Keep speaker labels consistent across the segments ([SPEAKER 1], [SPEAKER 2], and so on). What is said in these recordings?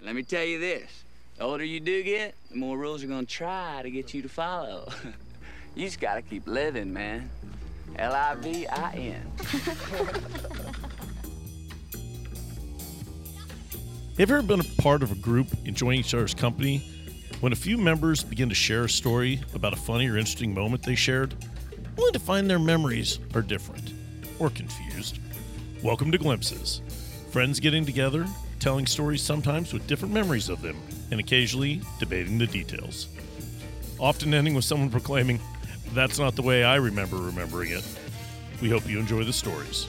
[SPEAKER 1] Let me tell you this. The older you do get, the more rules are gonna try to get you to follow. you just gotta keep living, man. L-I-V-I-N.
[SPEAKER 2] Have you ever been a part of a group enjoying each other's company? When a few members begin to share a story about a funny or interesting moment they shared, only to find their memories are different or confused. Welcome to Glimpses. Friends getting together, telling stories sometimes with different memories of them, and occasionally debating the details. Often ending with someone proclaiming, That's not the way I remember remembering it. We hope you enjoy the stories.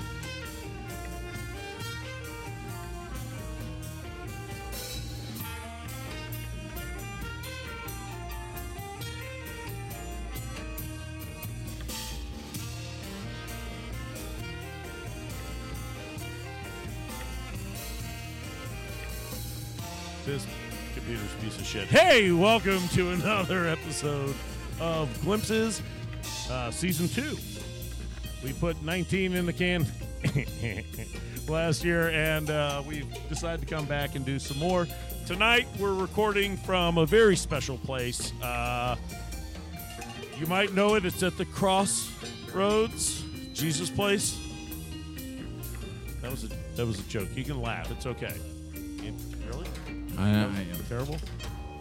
[SPEAKER 2] This computer's a piece of shit. Hey, welcome to another episode of Glimpses, uh, Season 2. We put 19 in the can last year, and uh, we've decided to come back and do some more. Tonight, we're recording from a very special place. Uh, you might know it, it's at the Crossroads Jesus Place. That was a, that was a joke. You can laugh, it's okay. You- really?
[SPEAKER 3] I am.
[SPEAKER 2] Terrible.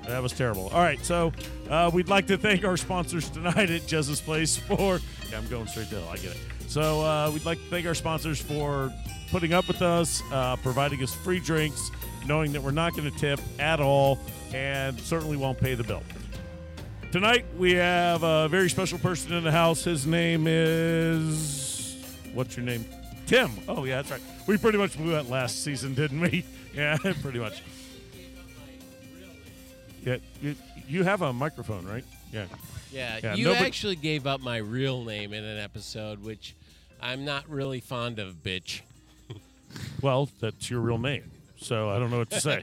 [SPEAKER 2] That was terrible. All right, so uh, we'd like to thank our sponsors tonight at Jez's Place for. Yeah, I'm going straight to hell. I get it. So uh, we'd like to thank our sponsors for putting up with us, uh, providing us free drinks, knowing that we're not going to tip at all, and certainly won't pay the bill. Tonight we have a very special person in the house. His name is what's your name? Tim. Oh yeah, that's right. We pretty much blew that last season, didn't we? Yeah, pretty much. Yeah, you, you have a microphone, right? Yeah.
[SPEAKER 4] Yeah,
[SPEAKER 2] Yeah,
[SPEAKER 4] you
[SPEAKER 2] nobody-
[SPEAKER 4] actually gave up my real name in an episode, which I'm not really fond of, bitch.
[SPEAKER 2] Well, that's your real name, so I don't know what to say.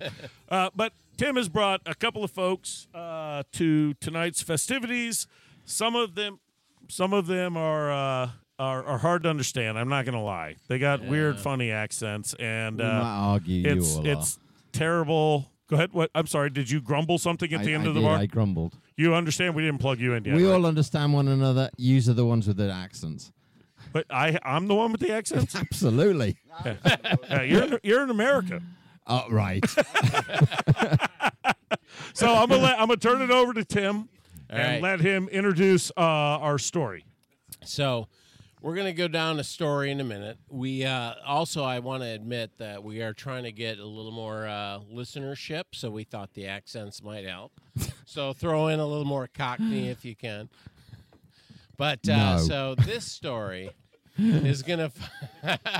[SPEAKER 2] uh, but Tim has brought a couple of folks uh, to tonight's festivities. Some of them, some of them are uh, are, are hard to understand. I'm not going to lie; they got weird, funny accents, and
[SPEAKER 3] We might
[SPEAKER 2] uh,
[SPEAKER 3] argue you
[SPEAKER 2] it's
[SPEAKER 3] all
[SPEAKER 2] it's terrible. Go ahead. What? I'm sorry. Did you grumble something
[SPEAKER 3] are.
[SPEAKER 2] at
[SPEAKER 3] I,
[SPEAKER 2] the end
[SPEAKER 3] I
[SPEAKER 2] of the
[SPEAKER 3] did,
[SPEAKER 2] bar?
[SPEAKER 3] I grumbled.
[SPEAKER 2] You understand? We didn't plug you in yet.
[SPEAKER 3] we
[SPEAKER 2] right?
[SPEAKER 3] all understand one another. You are the ones with the accents.
[SPEAKER 2] but I I'm the one with the accents.
[SPEAKER 3] Absolutely.
[SPEAKER 2] Yeah, you're you're in America.
[SPEAKER 3] Oh, right.
[SPEAKER 2] So I'm gonna let, I'm gonna turn it over to Tim and
[SPEAKER 4] right.
[SPEAKER 2] let him introduce uh, our story.
[SPEAKER 4] So we're going to go down a story in a minute. We uh, also, I want to admit that we are trying to get a little more uh, listenership, so we thought the accents might help. so throw in a little more Cockney if you can. But uh,
[SPEAKER 3] No.
[SPEAKER 4] so this story is going to. What?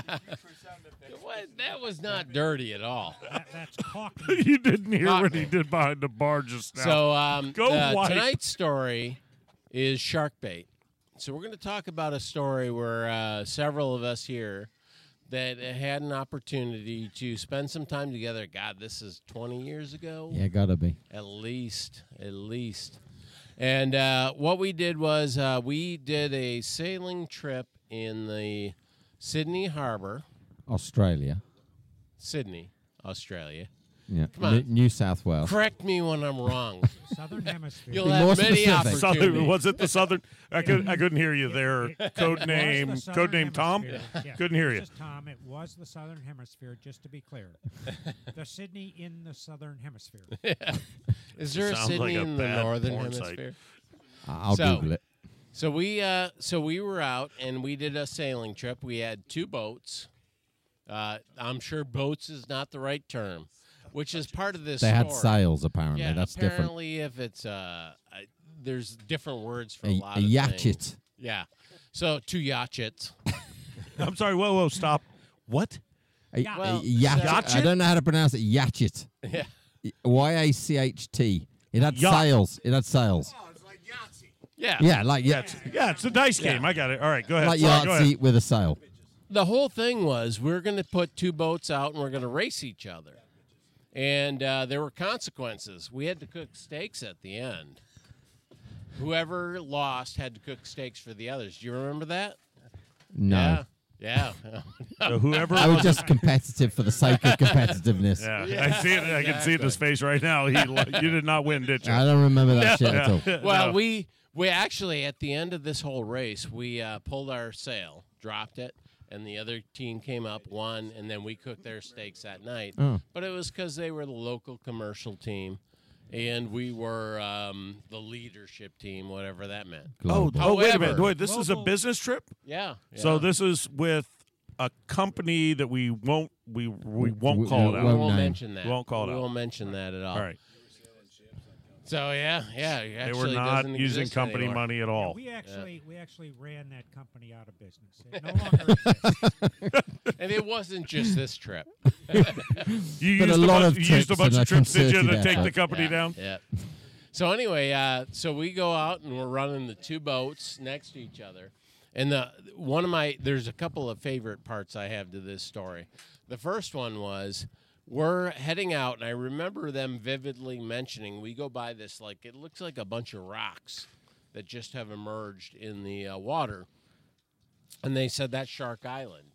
[SPEAKER 4] That was not dirty at all.
[SPEAKER 2] you didn't hear what he
[SPEAKER 4] Cockney.
[SPEAKER 2] did behind the bar just now.
[SPEAKER 4] So um,
[SPEAKER 2] Go
[SPEAKER 4] the-
[SPEAKER 2] wipe.
[SPEAKER 4] tonight's story is shark bait. So we're going to talk about a story where uh, several of us here that had an opportunity to spend some time together. God, this is 20 years ago,
[SPEAKER 3] yeah, gotta be.
[SPEAKER 4] at least, at least. And uh, what we did was uh, we did a sailing trip in the Sydney Harbor,
[SPEAKER 3] Australia.
[SPEAKER 4] Sydney, Australia.
[SPEAKER 3] Yeah.
[SPEAKER 4] Come on.
[SPEAKER 3] New, New South Wales.
[SPEAKER 4] Correct me when I'm wrong.
[SPEAKER 5] Southern Hemisphere.
[SPEAKER 3] Oh. Be
[SPEAKER 4] You'll have
[SPEAKER 3] more
[SPEAKER 4] many
[SPEAKER 3] specific.
[SPEAKER 4] opportunities.
[SPEAKER 2] Southern, was it the Southern? I could I couldn't hear you there. Code
[SPEAKER 5] It was the
[SPEAKER 2] name
[SPEAKER 5] Southern
[SPEAKER 2] code name Tom.
[SPEAKER 5] Hemisphere. Yeah.
[SPEAKER 2] Couldn't hear you.
[SPEAKER 5] Just Tom, it was the Southern Hemisphere, just to be clear. the Sydney in the Southern Hemisphere.
[SPEAKER 4] Is there a
[SPEAKER 2] Sounds like
[SPEAKER 4] Sydney
[SPEAKER 2] a
[SPEAKER 4] in the
[SPEAKER 2] bad
[SPEAKER 4] northern
[SPEAKER 2] porn site.
[SPEAKER 4] hemisphere?
[SPEAKER 3] I'll
[SPEAKER 4] So-
[SPEAKER 3] Google it.
[SPEAKER 4] So we uh, so we were out and we did a sailing trip. We had two boats. Uh, I'm sure boats is not the right term, which is part of this.
[SPEAKER 3] They had
[SPEAKER 4] story.
[SPEAKER 3] sales, apparently.
[SPEAKER 4] Yeah,
[SPEAKER 3] That's different.
[SPEAKER 4] apparently if it's uh, I, there's different words for a,
[SPEAKER 3] A,
[SPEAKER 4] lot
[SPEAKER 3] a
[SPEAKER 4] of things.
[SPEAKER 3] yachit.
[SPEAKER 4] Yeah. So two yachits.
[SPEAKER 2] I'm sorry. Whoa whoa stop. What?
[SPEAKER 3] A,
[SPEAKER 5] Yeah.
[SPEAKER 3] a
[SPEAKER 4] Well,
[SPEAKER 3] yachit.
[SPEAKER 2] so-
[SPEAKER 3] I don't know how to pronounce it. Yachit.
[SPEAKER 4] Yeah.
[SPEAKER 3] Y A C H T. It had
[SPEAKER 2] Yacht.
[SPEAKER 3] sales. It had sales.
[SPEAKER 4] Yeah.
[SPEAKER 3] Yeah, like yacht.
[SPEAKER 2] Yeah, it's a dice game. I got it. All right, go ahead.
[SPEAKER 3] Like
[SPEAKER 2] Sorry, go ahead.
[SPEAKER 3] Yahtzee with a sail.
[SPEAKER 4] the whole thing was we're going to put two boats out and we're going to race each other. And uh, there were consequences. We had to cook steaks at the end. Whoever lost had to cook steaks for the others. Do you remember that?
[SPEAKER 3] No.
[SPEAKER 4] Yeah. Yeah.
[SPEAKER 2] So whoever
[SPEAKER 3] I was just competitive for the sake of competitiveness.
[SPEAKER 2] Yeah, I see it. I can see it in his face right now. He, like, you did not win, did you?
[SPEAKER 3] I don't remember that Ah, shit at all.
[SPEAKER 4] well,
[SPEAKER 2] No.
[SPEAKER 4] we we actually at the end of this whole race, we uh, pulled our sail, dropped it, and the other team came up, won, and then we cooked their steaks that night.
[SPEAKER 3] Oh.
[SPEAKER 4] But it was because they were the local commercial team, and we were um, the leadership team, whatever that meant.
[SPEAKER 3] Global.
[SPEAKER 2] oh, wait a
[SPEAKER 4] However-
[SPEAKER 2] minute. Wait, this is a
[SPEAKER 5] Local-
[SPEAKER 2] business trip.
[SPEAKER 4] Yeah.
[SPEAKER 2] So
[SPEAKER 4] yeah.
[SPEAKER 2] this is with a company that we won't we we won't
[SPEAKER 3] We-
[SPEAKER 2] call it
[SPEAKER 3] we
[SPEAKER 4] we
[SPEAKER 2] out.
[SPEAKER 3] won't-
[SPEAKER 4] won't
[SPEAKER 3] name.
[SPEAKER 4] mention that.
[SPEAKER 2] Won't call it
[SPEAKER 4] we
[SPEAKER 2] out.
[SPEAKER 4] won't mention that at all.
[SPEAKER 2] All right,
[SPEAKER 4] So yeah, yeah. it
[SPEAKER 2] they were
[SPEAKER 4] actually
[SPEAKER 2] not
[SPEAKER 4] doesn't
[SPEAKER 2] using
[SPEAKER 4] exist
[SPEAKER 2] company
[SPEAKER 4] anymore.
[SPEAKER 2] money at all.
[SPEAKER 5] We actually we actually ran that company out of business. It no longer exists.
[SPEAKER 4] and it wasn't just this trip.
[SPEAKER 2] You
[SPEAKER 3] But
[SPEAKER 2] used
[SPEAKER 3] a lot
[SPEAKER 2] bunch,
[SPEAKER 3] of
[SPEAKER 2] you
[SPEAKER 3] trips
[SPEAKER 2] used a bunch
[SPEAKER 3] and
[SPEAKER 2] of
[SPEAKER 3] I
[SPEAKER 2] trips, did you,
[SPEAKER 3] considered
[SPEAKER 2] to
[SPEAKER 3] that
[SPEAKER 2] take the
[SPEAKER 3] fact.
[SPEAKER 2] company
[SPEAKER 4] yeah,
[SPEAKER 2] down?
[SPEAKER 4] Yeah. So anyway, uh, so we go out and we're running the two boats next to each other, and the one of my there's a couple of favorite parts I have to this story. The first one was we're heading out, and I remember them vividly mentioning we go by this like it looks like a bunch of rocks that just have emerged in the uh, water, and they said that's Shark Island.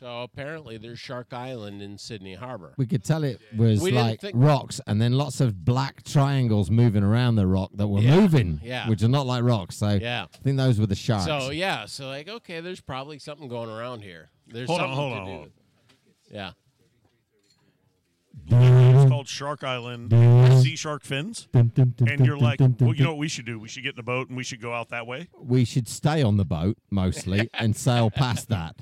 [SPEAKER 4] So apparently, there's Shark Island in Sydney Harbor.
[SPEAKER 3] We could tell it was
[SPEAKER 4] We didn't
[SPEAKER 3] like
[SPEAKER 4] think-
[SPEAKER 3] rocks and then lots of black triangles moving around the rock that were
[SPEAKER 4] Yeah,
[SPEAKER 3] moving,
[SPEAKER 4] yeah.
[SPEAKER 3] which are not like rocks. So
[SPEAKER 4] Yeah.
[SPEAKER 3] I think those were the sharks.
[SPEAKER 4] So yeah, so like okay, there's probably something going around here. There's
[SPEAKER 2] Hold on,
[SPEAKER 4] something
[SPEAKER 2] hold
[SPEAKER 4] to
[SPEAKER 2] on,
[SPEAKER 4] do.
[SPEAKER 2] hold on.
[SPEAKER 4] Yeah.
[SPEAKER 2] It's called Shark Island. Sea shark fins. And you're like, well, you know what we should do? We should get in the boat and we should go out that way.
[SPEAKER 3] we should stay on the boat mostly and sail past that.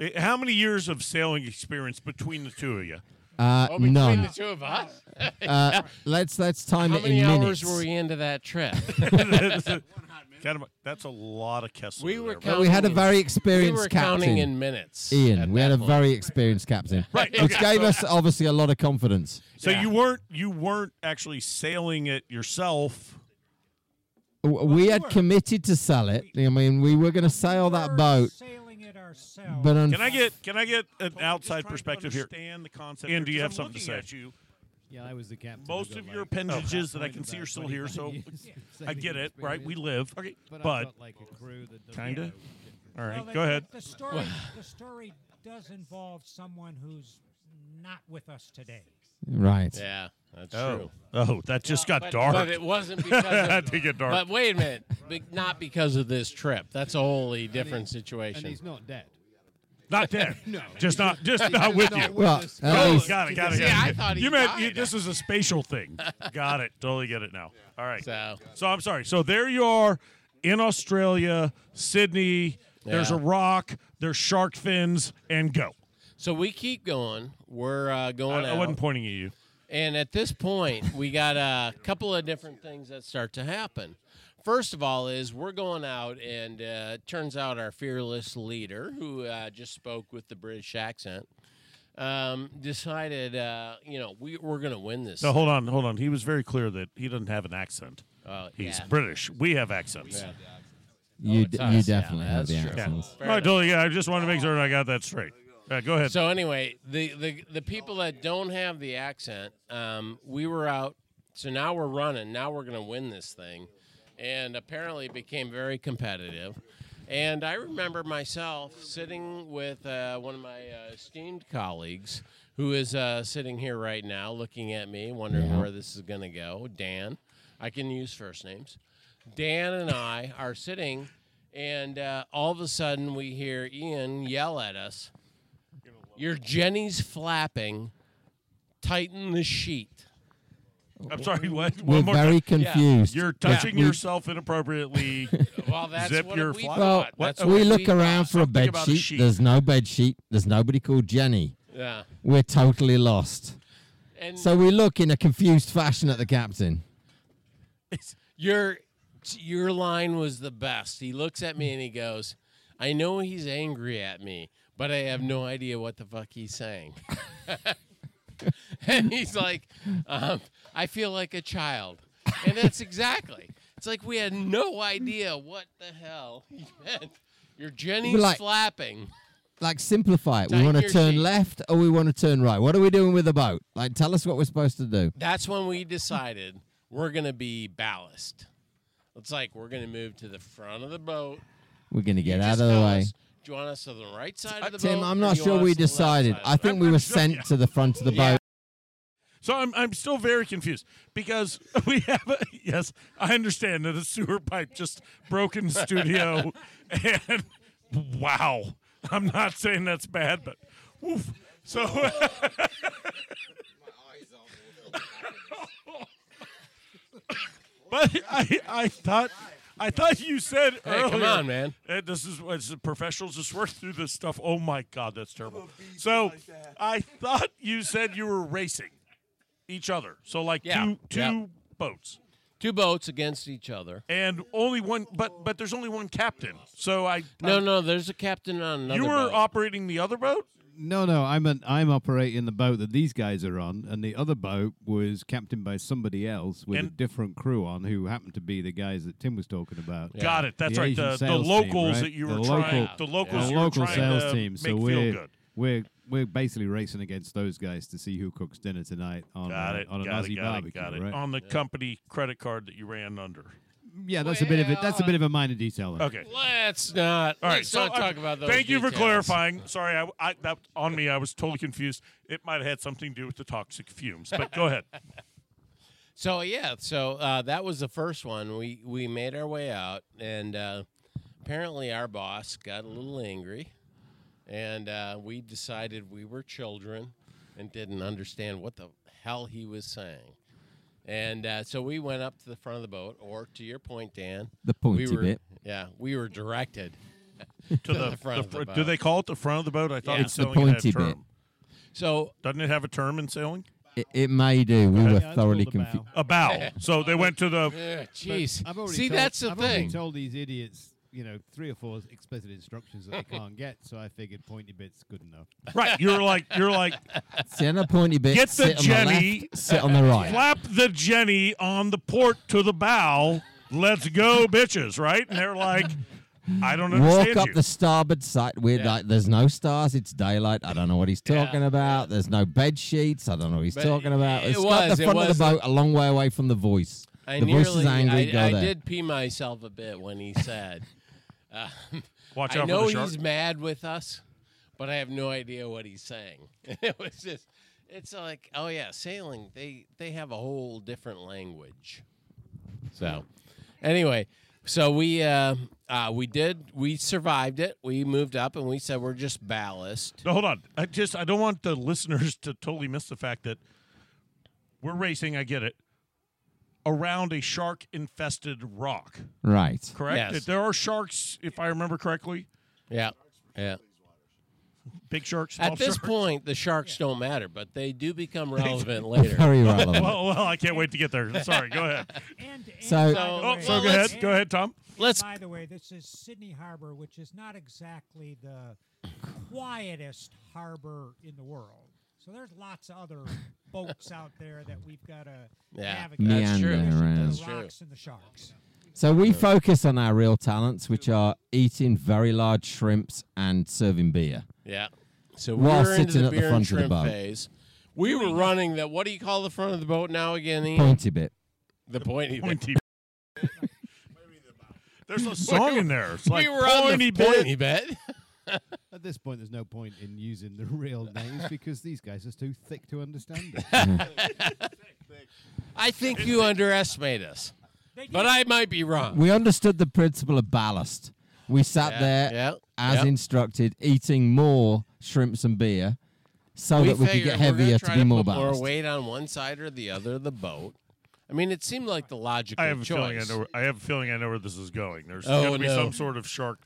[SPEAKER 2] Eh, How many years of sailing experience between the two of you?
[SPEAKER 3] Uh,
[SPEAKER 4] Oh, between
[SPEAKER 3] none.
[SPEAKER 4] the two of us.
[SPEAKER 3] Uh, let's let's time
[SPEAKER 4] How
[SPEAKER 3] it in
[SPEAKER 4] many hours
[SPEAKER 3] minutes.
[SPEAKER 4] were we into that trip?
[SPEAKER 2] kind of, that's a lot of Kessler.
[SPEAKER 4] We were
[SPEAKER 2] there,
[SPEAKER 4] counting
[SPEAKER 3] Uh, we had a
[SPEAKER 4] in-
[SPEAKER 3] very
[SPEAKER 4] we
[SPEAKER 3] experienced
[SPEAKER 4] were
[SPEAKER 3] captain,
[SPEAKER 4] counting in minutes. at
[SPEAKER 3] Ian. We
[SPEAKER 4] that
[SPEAKER 3] had a
[SPEAKER 4] point.
[SPEAKER 3] very experienced captain,
[SPEAKER 2] Right,
[SPEAKER 3] which
[SPEAKER 2] okay,
[SPEAKER 3] gave
[SPEAKER 2] so-
[SPEAKER 3] us obviously a lot of confidence.
[SPEAKER 2] So
[SPEAKER 4] Yeah.
[SPEAKER 2] you weren't you weren't actually sailing it yourself.
[SPEAKER 3] W- We had
[SPEAKER 5] were.
[SPEAKER 3] committed to sell it. I mean, we were going to sail
[SPEAKER 5] We're
[SPEAKER 3] that boat,
[SPEAKER 5] Sailing it ourselves.
[SPEAKER 3] but
[SPEAKER 2] Can I
[SPEAKER 3] unfortunately,
[SPEAKER 2] get can I get an outside perspective here? Understand the concept. Ian, do you have something to say? you.
[SPEAKER 4] Oh,
[SPEAKER 6] Yeah, I was the captain.
[SPEAKER 2] Most
[SPEAKER 6] but,
[SPEAKER 2] of
[SPEAKER 6] like,
[SPEAKER 2] your
[SPEAKER 6] at that
[SPEAKER 2] appendages that I
[SPEAKER 6] point,
[SPEAKER 2] oh, can see
[SPEAKER 6] about
[SPEAKER 2] are still here,
[SPEAKER 6] 25
[SPEAKER 2] so
[SPEAKER 6] years of
[SPEAKER 2] I
[SPEAKER 6] sailing
[SPEAKER 2] get it, right? We
[SPEAKER 6] experience.
[SPEAKER 2] live. Okay,
[SPEAKER 6] I've
[SPEAKER 2] but
[SPEAKER 6] got, like a crew that doesn't
[SPEAKER 2] kinda.
[SPEAKER 6] know.
[SPEAKER 2] all
[SPEAKER 5] Well,
[SPEAKER 2] right,
[SPEAKER 5] the-
[SPEAKER 2] go ahead.
[SPEAKER 5] The story, the story does involve someone who's not with us today.
[SPEAKER 3] right?
[SPEAKER 4] Yeah, that's true.
[SPEAKER 2] oh, that just got
[SPEAKER 4] But,
[SPEAKER 2] dark.
[SPEAKER 4] but it wasn't because
[SPEAKER 2] That
[SPEAKER 4] of,
[SPEAKER 2] did get dark.
[SPEAKER 4] But wait a minute, be- not because of this trip. That's a wholly different
[SPEAKER 6] And
[SPEAKER 4] situation.
[SPEAKER 6] he's not dead.
[SPEAKER 2] Not dead.
[SPEAKER 6] No.
[SPEAKER 2] Just not. Just not
[SPEAKER 6] He's
[SPEAKER 2] with
[SPEAKER 6] not
[SPEAKER 2] you.
[SPEAKER 3] Well,
[SPEAKER 6] us.
[SPEAKER 3] at
[SPEAKER 2] Oh,
[SPEAKER 3] least-
[SPEAKER 2] got it. Got it.
[SPEAKER 4] See,
[SPEAKER 2] got it.
[SPEAKER 4] I thought he
[SPEAKER 2] you meant you,
[SPEAKER 4] died.
[SPEAKER 2] this is a spatial thing. got it. Totally get it now. All right.
[SPEAKER 4] So
[SPEAKER 2] So I'm sorry. So there you are in Australia, Sydney. There's
[SPEAKER 4] Yeah.
[SPEAKER 2] a rock. There's shark fins, and go.
[SPEAKER 4] so we keep going. We're uh,
[SPEAKER 2] I,
[SPEAKER 4] going.
[SPEAKER 2] I
[SPEAKER 4] out.
[SPEAKER 2] wasn't pointing at you.
[SPEAKER 4] And at this point, we got a couple of different things that start to happen. First of all, is we're going out, and uh, it turns out our fearless leader, who uh, just spoke with the British accent, um, decided, uh, you know, we, we're going to win this.
[SPEAKER 2] No, hold on, hold on. He was very clear that he doesn't have an accent.
[SPEAKER 4] Uh,
[SPEAKER 2] He's
[SPEAKER 4] yeah.
[SPEAKER 2] British. We have accents.
[SPEAKER 4] Yeah.
[SPEAKER 3] you,
[SPEAKER 4] it's
[SPEAKER 3] d-
[SPEAKER 4] us.
[SPEAKER 3] you
[SPEAKER 4] Yeah,
[SPEAKER 3] definitely have
[SPEAKER 4] that's
[SPEAKER 3] the
[SPEAKER 4] true.
[SPEAKER 3] accents.
[SPEAKER 4] Fair
[SPEAKER 2] All right,
[SPEAKER 4] enough.
[SPEAKER 2] totally, yeah, I just wanted to make sure I got that straight. All right, go ahead.
[SPEAKER 4] So anyway, the, the the people that don't have the accent, um, we were out. So now we're running. Now we're going to win this thing, and apparently it became very competitive. And I remember myself sitting with uh, one of my uh, esteemed colleagues, who is uh, sitting here right now, looking at me, wondering
[SPEAKER 3] Yeah.
[SPEAKER 4] where this is going to go. Dan, I can use first names. Dan and I are sitting, and uh, all of a sudden we hear Ian yell at us. Your Jenny's flapping. Tighten the sheet.
[SPEAKER 2] I'm sorry. What?
[SPEAKER 3] We're
[SPEAKER 2] One more
[SPEAKER 3] very
[SPEAKER 2] time.
[SPEAKER 3] confused.
[SPEAKER 2] You're
[SPEAKER 3] because
[SPEAKER 2] touching
[SPEAKER 3] we-
[SPEAKER 2] yourself inappropriately.
[SPEAKER 4] Well, that's
[SPEAKER 2] Zip
[SPEAKER 4] what
[SPEAKER 2] your
[SPEAKER 4] we
[SPEAKER 2] flap.
[SPEAKER 3] Well,
[SPEAKER 4] thought. That's
[SPEAKER 3] we
[SPEAKER 4] what
[SPEAKER 3] look
[SPEAKER 4] thought.
[SPEAKER 3] around for a
[SPEAKER 2] Something
[SPEAKER 3] bed
[SPEAKER 2] about a
[SPEAKER 3] sheet.
[SPEAKER 2] sheet.
[SPEAKER 3] There's no bed sheet. There's nobody called Jenny.
[SPEAKER 4] Yeah.
[SPEAKER 3] We're totally lost.
[SPEAKER 4] And
[SPEAKER 3] So we look in a confused fashion at the captain.
[SPEAKER 4] your your line was the best. He looks at me and he goes, "I know he's angry at me, but I have no idea what the fuck he's saying." and he's like, um, "I feel like a child," and that's exactly. It's like we had no idea what the hell he meant. Your Jenny's
[SPEAKER 3] like-
[SPEAKER 4] flapping.
[SPEAKER 3] Like, simplify it.
[SPEAKER 4] Tighten
[SPEAKER 3] we want to
[SPEAKER 4] your
[SPEAKER 3] turn
[SPEAKER 4] sheet.
[SPEAKER 3] left or we want to turn right. What are we doing with the boat? Like, tell us what we're supposed to do.
[SPEAKER 4] that's when we decided we're going to be ballast. It's like we're going to move to the front of the boat.
[SPEAKER 3] We're going to get
[SPEAKER 4] You
[SPEAKER 3] out
[SPEAKER 4] just
[SPEAKER 3] of the
[SPEAKER 4] tell
[SPEAKER 3] way.
[SPEAKER 4] us you want us on the right
[SPEAKER 2] Uh,
[SPEAKER 4] side of the boat?
[SPEAKER 3] Tim, I'm
[SPEAKER 4] or
[SPEAKER 3] not
[SPEAKER 4] you want
[SPEAKER 3] sure we
[SPEAKER 4] us on the left
[SPEAKER 3] decided.
[SPEAKER 4] side of
[SPEAKER 3] I
[SPEAKER 4] the
[SPEAKER 3] think we
[SPEAKER 2] I'm
[SPEAKER 3] were
[SPEAKER 2] sure- yeah.
[SPEAKER 3] sent to the front of the
[SPEAKER 4] Yeah.
[SPEAKER 3] boat.
[SPEAKER 2] So I'm I'm still very confused because we have a yes, I understand that a sewer pipe just broke in the studio and wow. I'm not saying that's bad, but woof. So But I I thought I thought you said
[SPEAKER 4] Hey, come
[SPEAKER 2] earlier-
[SPEAKER 4] on, man.
[SPEAKER 2] Eh, this is it's the professionals just work through this stuff. Oh my god, that's terrible. So I thought you said you were racing each other. So like
[SPEAKER 4] Yeah.
[SPEAKER 2] two two
[SPEAKER 4] Yeah.
[SPEAKER 2] boats.
[SPEAKER 4] boat? Two boats against each other.
[SPEAKER 2] And only one but but there's only one captain. So I
[SPEAKER 4] No, no, there's a captain on another
[SPEAKER 2] you were
[SPEAKER 4] boat.
[SPEAKER 2] operating the other boat?
[SPEAKER 6] No, no, I'm an, I'm operating the boat that these guys are on, and the other boat was captained by somebody else with a
[SPEAKER 2] And-
[SPEAKER 6] different crew on, who happened to be the guys that Tim was talking about.
[SPEAKER 2] Got it. That's
[SPEAKER 6] The
[SPEAKER 2] right.
[SPEAKER 6] Asian
[SPEAKER 2] The, the
[SPEAKER 6] sales team,
[SPEAKER 2] locals
[SPEAKER 6] right?
[SPEAKER 2] that you
[SPEAKER 6] The
[SPEAKER 2] were trying
[SPEAKER 6] local-
[SPEAKER 2] the locals
[SPEAKER 6] The
[SPEAKER 2] you were
[SPEAKER 6] local
[SPEAKER 2] trying
[SPEAKER 6] sales
[SPEAKER 2] to
[SPEAKER 6] team. So
[SPEAKER 2] make
[SPEAKER 6] we're
[SPEAKER 2] feel good.
[SPEAKER 6] we're we're basically racing against those guys to see who cooks dinner tonight on
[SPEAKER 2] Got
[SPEAKER 6] a-
[SPEAKER 2] it.
[SPEAKER 6] on an
[SPEAKER 2] got
[SPEAKER 6] Aussie
[SPEAKER 2] it. Got
[SPEAKER 6] barbecue,
[SPEAKER 2] it. Got it.
[SPEAKER 6] right?
[SPEAKER 2] On the company credit card that you ran under.
[SPEAKER 6] Yeah, that's a bit of it. That's a bit of a minor detail. though.
[SPEAKER 2] Okay.
[SPEAKER 4] Let's not.
[SPEAKER 2] All right,
[SPEAKER 4] let's not
[SPEAKER 2] I-
[SPEAKER 4] talk about those.
[SPEAKER 2] Thank you for
[SPEAKER 4] details.
[SPEAKER 2] clarifying. Sorry, I, I that on me. I was totally confused. It might have had something to do with the toxic fumes, but go ahead.
[SPEAKER 4] So yeah, so uh, that was the first one. We we made our way out, and uh, apparently our boss got a little angry, and uh, we decided we were children and didn't understand what the hell he was saying. And uh, so we went up to the front of the boat, or to your point, Dan,
[SPEAKER 3] The
[SPEAKER 4] we
[SPEAKER 3] pointy
[SPEAKER 4] were
[SPEAKER 3] bit.
[SPEAKER 4] yeah, we were directed.
[SPEAKER 2] To the,
[SPEAKER 4] the front
[SPEAKER 2] the
[SPEAKER 4] of the
[SPEAKER 2] fr-
[SPEAKER 4] boat.
[SPEAKER 2] Do they call it the front of the boat? I thought
[SPEAKER 4] Yeah.
[SPEAKER 2] it's
[SPEAKER 3] It's the
[SPEAKER 2] sailing had a
[SPEAKER 3] pointy
[SPEAKER 2] term.
[SPEAKER 3] bit.
[SPEAKER 4] So
[SPEAKER 2] Doesn't it have a term in sailing?
[SPEAKER 3] It, it may do. We were
[SPEAKER 6] Yeah, that's
[SPEAKER 3] thoroughly
[SPEAKER 6] called a bow.
[SPEAKER 3] confused.
[SPEAKER 2] A bow. so they went to the.
[SPEAKER 4] eh,
[SPEAKER 6] But
[SPEAKER 4] jeez,
[SPEAKER 6] I've already
[SPEAKER 4] see
[SPEAKER 6] told-
[SPEAKER 4] that's the
[SPEAKER 6] I've already
[SPEAKER 4] thing.
[SPEAKER 6] told these idiots, you know, three or four explicit instructions that they can't get, so I figured pointy bits good enough.
[SPEAKER 2] Right. You're like you're like
[SPEAKER 3] Send a pointy bit.
[SPEAKER 2] Get the
[SPEAKER 3] sit on
[SPEAKER 2] Jenny.
[SPEAKER 3] left, sit on the right.
[SPEAKER 2] flap the Jenny on the port to the bow. Let's go, bitches. Right? And they're like, I don't understand
[SPEAKER 3] Walk up
[SPEAKER 2] you.
[SPEAKER 3] the starboard side. We're
[SPEAKER 4] Yeah.
[SPEAKER 3] like, there's no stars. It's daylight. I don't know what he's
[SPEAKER 4] Yeah,
[SPEAKER 3] talking about. There's no bed sheets. I don't know what he's
[SPEAKER 4] But
[SPEAKER 3] talking about.
[SPEAKER 4] it
[SPEAKER 3] It's got
[SPEAKER 4] was-
[SPEAKER 3] the
[SPEAKER 4] it
[SPEAKER 3] front of
[SPEAKER 4] was-
[SPEAKER 3] the boat a long way away from the voice.
[SPEAKER 4] I
[SPEAKER 3] the
[SPEAKER 4] nearly,
[SPEAKER 3] voice is angry.
[SPEAKER 4] I,
[SPEAKER 3] go
[SPEAKER 4] I
[SPEAKER 3] there.
[SPEAKER 4] did pee myself a bit when he said. um,
[SPEAKER 2] Watch
[SPEAKER 4] I
[SPEAKER 2] out
[SPEAKER 4] know
[SPEAKER 2] for the shark.
[SPEAKER 4] he's mad with us, but I have no idea what he's saying. it was just, it's like, oh yeah, sailing. They they have a whole different language. So, anyway, so we uh, uh, we did we survived it. We moved up and we said we're just ballast.
[SPEAKER 2] No, hold on. I just I don't want the listeners to totally miss the fact that we're racing. I get it around a shark infested rock.
[SPEAKER 3] Right.
[SPEAKER 2] Correct.
[SPEAKER 4] Yes.
[SPEAKER 2] That There are sharks, if I remember correctly.
[SPEAKER 4] Yeah, yeah.
[SPEAKER 2] Big sharks. small
[SPEAKER 4] At this
[SPEAKER 2] sharks.
[SPEAKER 4] point, the sharks don't matter, but they do become relevant later.
[SPEAKER 3] Very relevant.
[SPEAKER 2] Well, well, I can't wait to get there. Sorry. Go ahead.
[SPEAKER 5] And, and
[SPEAKER 3] So-
[SPEAKER 5] by the
[SPEAKER 4] So-
[SPEAKER 2] Oh,
[SPEAKER 5] way-
[SPEAKER 2] so
[SPEAKER 4] Well,
[SPEAKER 2] go
[SPEAKER 4] let's-
[SPEAKER 2] ahead. Go ahead, Tom.
[SPEAKER 4] Let's
[SPEAKER 5] By the way, this is Sydney Harbor, which is not exactly the quietest harbor in the world. So there's lots of other folks out there that we've got to
[SPEAKER 4] Yeah,
[SPEAKER 5] navigate.
[SPEAKER 3] that's true.
[SPEAKER 5] Especially
[SPEAKER 3] Meander
[SPEAKER 5] the
[SPEAKER 3] around.
[SPEAKER 4] That's true.
[SPEAKER 5] rocks and the sharks.
[SPEAKER 3] So we focus on our real talents, which are eating very large shrimps and serving beer.
[SPEAKER 4] Yeah. So we
[SPEAKER 3] While
[SPEAKER 4] were into
[SPEAKER 3] sitting
[SPEAKER 4] the
[SPEAKER 3] at the
[SPEAKER 4] beer and
[SPEAKER 3] front of the
[SPEAKER 4] shrimp
[SPEAKER 3] boat.
[SPEAKER 4] phase. We were running the what do you call the front of the boat now again? Ian?
[SPEAKER 3] Pointy bit.
[SPEAKER 4] The pointy. bit.
[SPEAKER 2] Pointy. There's a song in there. It's like
[SPEAKER 4] we were on
[SPEAKER 2] pointy
[SPEAKER 4] the
[SPEAKER 2] bit.
[SPEAKER 4] pointy bit.
[SPEAKER 6] At this point, there's no point in using the real names because these guys are too thick to understand. It.
[SPEAKER 4] I think you underestimate us,
[SPEAKER 5] They did
[SPEAKER 4] but I might be wrong.
[SPEAKER 3] We understood the principle of ballast. We sat
[SPEAKER 4] Yeah,
[SPEAKER 3] there
[SPEAKER 4] yeah,
[SPEAKER 3] as
[SPEAKER 4] yeah.
[SPEAKER 3] instructed, eating more shrimps and beer so
[SPEAKER 4] we
[SPEAKER 3] that we could
[SPEAKER 4] figured
[SPEAKER 3] get
[SPEAKER 4] we're gonna
[SPEAKER 3] heavier to
[SPEAKER 4] try
[SPEAKER 3] be more
[SPEAKER 4] put
[SPEAKER 3] balanced.
[SPEAKER 4] More weight on one side or the other of the boat. I mean, it seemed like the logical
[SPEAKER 2] I have a feeling I
[SPEAKER 4] choice.
[SPEAKER 2] know. where- I have a feeling I know where this is going. There's
[SPEAKER 4] Oh,
[SPEAKER 2] going to be
[SPEAKER 4] no.
[SPEAKER 2] some sort of shark.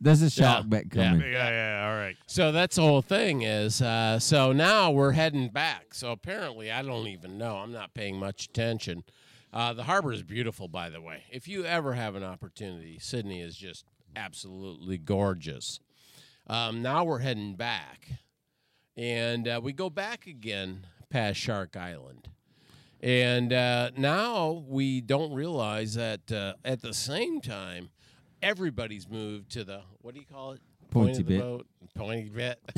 [SPEAKER 3] There's a shark
[SPEAKER 4] Yeah,
[SPEAKER 3] bit
[SPEAKER 4] yeah.
[SPEAKER 3] coming.
[SPEAKER 2] Yeah, yeah. yeah, All right.
[SPEAKER 4] So that's the whole thing is. Uh, so now we're heading back. So apparently, I don't even know. I'm not paying much attention. Uh, the harbor is beautiful, by the way. If you ever have an opportunity, Sydney is just absolutely gorgeous. Um, now we're heading back, and uh, we go back again past Shark Island. And uh, now we don't realize that uh, at the same time, everybody's moved to the what do you call it? Point
[SPEAKER 3] Pointy
[SPEAKER 4] of the
[SPEAKER 3] bit.
[SPEAKER 4] boat, pointy bit.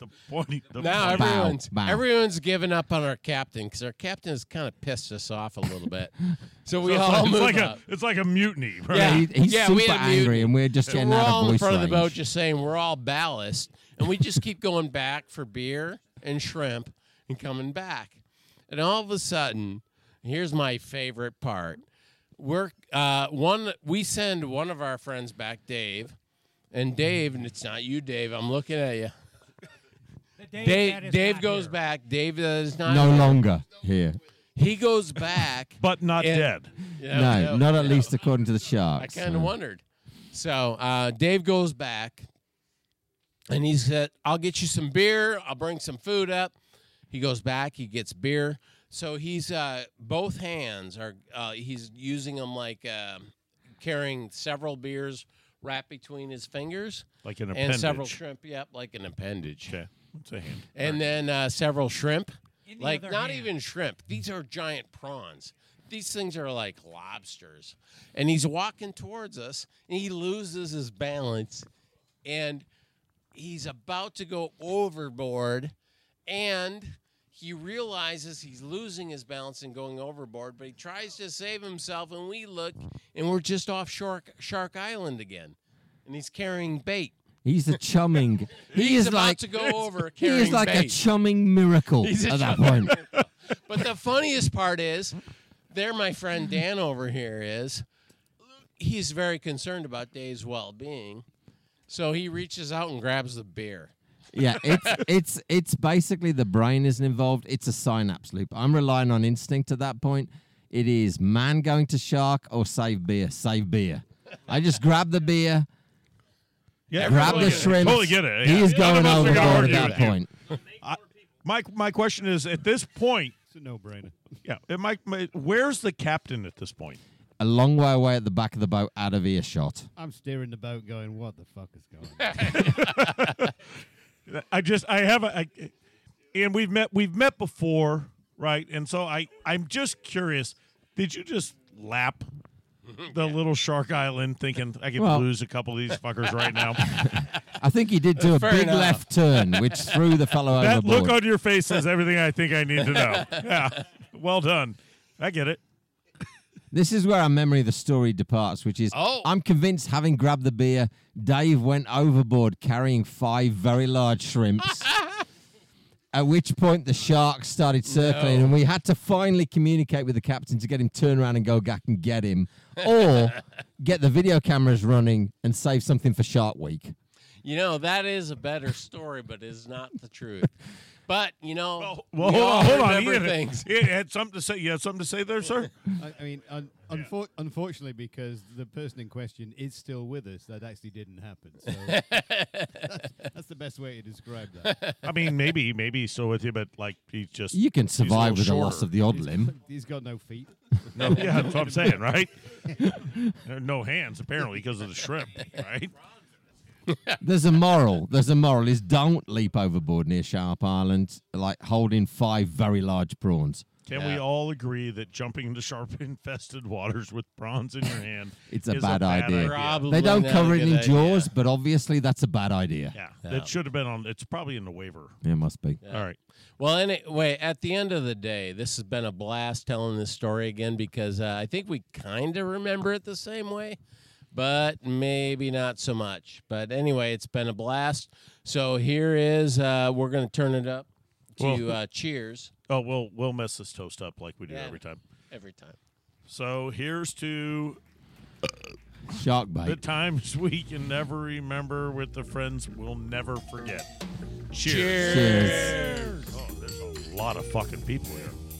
[SPEAKER 2] The the pointy. The
[SPEAKER 4] Now
[SPEAKER 2] pointy-
[SPEAKER 4] everyone's
[SPEAKER 3] bow.
[SPEAKER 4] everyone's giving up on our captain because our captain has kind of pissed us off a little bit. So we
[SPEAKER 2] So
[SPEAKER 4] all
[SPEAKER 2] it's
[SPEAKER 4] move
[SPEAKER 2] like, it's like
[SPEAKER 4] up.
[SPEAKER 2] a it's like a mutiny, right?
[SPEAKER 4] Yeah.
[SPEAKER 3] He- he's
[SPEAKER 4] Yeah, we
[SPEAKER 3] super
[SPEAKER 4] had a mute.
[SPEAKER 3] angry, and we're just getting
[SPEAKER 4] we're
[SPEAKER 3] out
[SPEAKER 4] all
[SPEAKER 3] of
[SPEAKER 4] in
[SPEAKER 3] voice
[SPEAKER 4] front of the boat
[SPEAKER 3] range.
[SPEAKER 4] just saying we're all ballast and we just keep going back for beer and shrimp and coming back and all of a sudden here's my favorite part we're uh, one we send one of our friends back dave and dave and it's not you dave i'm looking at you
[SPEAKER 5] The Dave, that
[SPEAKER 4] dave,
[SPEAKER 5] is
[SPEAKER 4] dave
[SPEAKER 5] not
[SPEAKER 4] goes
[SPEAKER 5] here.
[SPEAKER 4] back dave is not
[SPEAKER 3] No
[SPEAKER 4] here.
[SPEAKER 3] longer here.
[SPEAKER 4] he goes back
[SPEAKER 2] But not
[SPEAKER 4] And-
[SPEAKER 2] dead.
[SPEAKER 4] Yeah,
[SPEAKER 3] No,
[SPEAKER 4] yeah,
[SPEAKER 3] not at
[SPEAKER 4] yeah.
[SPEAKER 3] least according to the
[SPEAKER 4] I
[SPEAKER 3] sharks.
[SPEAKER 4] kind
[SPEAKER 3] so.
[SPEAKER 4] of wondered. So uh, Dave goes back, and he said, "I'll get you some beer. I'll bring some food up." He goes back. He gets beer. So he's uh, both hands are uh, he's using them like um carrying several beers wrapped between his fingers
[SPEAKER 2] Like an
[SPEAKER 4] and
[SPEAKER 2] appendage.
[SPEAKER 4] several shrimp. Yep, like an appendage.
[SPEAKER 2] Okay. It's a hand.
[SPEAKER 4] And then uh, several shrimp.
[SPEAKER 5] In the
[SPEAKER 4] Like
[SPEAKER 5] other
[SPEAKER 4] not
[SPEAKER 5] hand.
[SPEAKER 4] even shrimp. These are giant prawns. These things are like lobsters. And he's walking towards us and he loses his balance and he's about to go overboard and he realizes he's losing his balance and going overboard, but he tries to save himself and we look and we're just off Shark Shark Island again. And he's carrying bait.
[SPEAKER 3] He's a chumming. he
[SPEAKER 4] he's
[SPEAKER 3] is
[SPEAKER 4] about
[SPEAKER 3] like
[SPEAKER 4] to go over
[SPEAKER 3] he
[SPEAKER 4] carrying
[SPEAKER 3] is like
[SPEAKER 4] bait.
[SPEAKER 3] a chumming miracle
[SPEAKER 4] He's a
[SPEAKER 3] at that
[SPEAKER 4] chumming
[SPEAKER 3] point.
[SPEAKER 4] But the funniest part is, there, my friend Dan over here is, he's very concerned about Dave's well-being, so he reaches out and grabs the beer.
[SPEAKER 3] yeah, it's it's it's basically the brain isn't involved. It's a synapse loop. I'm relying on instinct at that point. It is man going to shark or save beer. Save beer. I just grab the beer,
[SPEAKER 2] Yeah,
[SPEAKER 3] grab
[SPEAKER 2] totally
[SPEAKER 3] the
[SPEAKER 2] get it.
[SPEAKER 3] shrimp.
[SPEAKER 2] Totally get it.
[SPEAKER 3] He
[SPEAKER 2] yeah.
[SPEAKER 3] is
[SPEAKER 2] None of us
[SPEAKER 3] going
[SPEAKER 2] are gonna
[SPEAKER 3] overboard
[SPEAKER 2] argue
[SPEAKER 3] at that
[SPEAKER 2] with you.
[SPEAKER 3] point.
[SPEAKER 2] My my question is at this point,
[SPEAKER 6] It's a no-brainer.
[SPEAKER 2] yeah, it might, my- where's the captain at this point?
[SPEAKER 3] A long way away at the back of the boat, out of earshot.
[SPEAKER 6] I'm steering the boat, going, "What the fuck is going?" on?
[SPEAKER 2] I just I have a, I, and we've met we've met before, right? And so I I'm just curious. Did you just lap the little Shark Island, thinking I could
[SPEAKER 3] Well-
[SPEAKER 2] lose a couple of these fuckers right now?
[SPEAKER 3] I think he did do a
[SPEAKER 4] Fair
[SPEAKER 3] big
[SPEAKER 4] enough.
[SPEAKER 3] left turn, which threw the fellow
[SPEAKER 2] that
[SPEAKER 3] overboard.
[SPEAKER 2] look on your face says everything I think I need to know. Yeah, well done. I get it.
[SPEAKER 3] This is where our memory of the story departs, which is
[SPEAKER 4] Oh.
[SPEAKER 3] I'm convinced having grabbed the beer, Dave went overboard carrying five very large shrimps. At which point the sharks started circling,
[SPEAKER 4] No.
[SPEAKER 3] and we had to finally communicate with the captain to get him turn around and go back and get him, or get the video cameras running and save something for Shark Week.
[SPEAKER 4] You know that is a better story, but it's not the truth. But you know,
[SPEAKER 2] Well,
[SPEAKER 4] we
[SPEAKER 2] hold
[SPEAKER 4] all
[SPEAKER 2] on, hold on.
[SPEAKER 4] remember
[SPEAKER 2] Ian,
[SPEAKER 4] things.
[SPEAKER 2] Ian had something to say. You had something to say there, sir.
[SPEAKER 6] I, I mean, un- unfor- unfortunately, because the person in question is still with us, that actually didn't happen. So that's, that's the best way to describe that.
[SPEAKER 2] I mean, maybe maybe he's still with you, but like he's just
[SPEAKER 3] You can
[SPEAKER 2] a little
[SPEAKER 3] survive with the loss
[SPEAKER 2] shorter.
[SPEAKER 3] of the odd
[SPEAKER 6] He's-
[SPEAKER 3] limb.
[SPEAKER 6] he's got no feet.
[SPEAKER 2] No, yeah, that's what I'm saying, right? There are no hands apparently because of the shrimp, right?
[SPEAKER 3] There's a moral. There's a moral. Is don't leap overboard near Sharp Island, like holding five very large prawns.
[SPEAKER 2] Can we
[SPEAKER 4] Yeah.
[SPEAKER 2] all agree that jumping into shark infested waters with prawns in your hand
[SPEAKER 3] It's a
[SPEAKER 2] is
[SPEAKER 3] bad idea.
[SPEAKER 4] Probably
[SPEAKER 3] They don't
[SPEAKER 4] not a
[SPEAKER 3] cover it
[SPEAKER 4] good
[SPEAKER 3] in
[SPEAKER 4] idea.
[SPEAKER 3] Jaws, but obviously that's a bad idea.
[SPEAKER 2] Yeah,
[SPEAKER 4] Yeah.
[SPEAKER 2] that should have been on. It's probably in the waiver.
[SPEAKER 3] It must be.
[SPEAKER 4] Yeah.
[SPEAKER 2] All right,
[SPEAKER 4] Well, anyway, at the end of the day, this has been a blast telling this story again because uh, I think we kind of remember it the same way, but maybe not so much. But anyway, it's been a blast. So here is, uh, we're going to turn it up to
[SPEAKER 2] Well-
[SPEAKER 4] uh, cheers
[SPEAKER 2] oh we'll we'll mess this toast up like we do
[SPEAKER 4] Yeah.
[SPEAKER 2] every time.
[SPEAKER 4] every time.
[SPEAKER 2] So here's to
[SPEAKER 3] Shark
[SPEAKER 2] the
[SPEAKER 3] bait.
[SPEAKER 2] times we can never remember with the friends we'll never forget. Cheers.
[SPEAKER 4] Cheers.
[SPEAKER 3] Cheers.
[SPEAKER 2] Oh, there's a lot of fucking people here.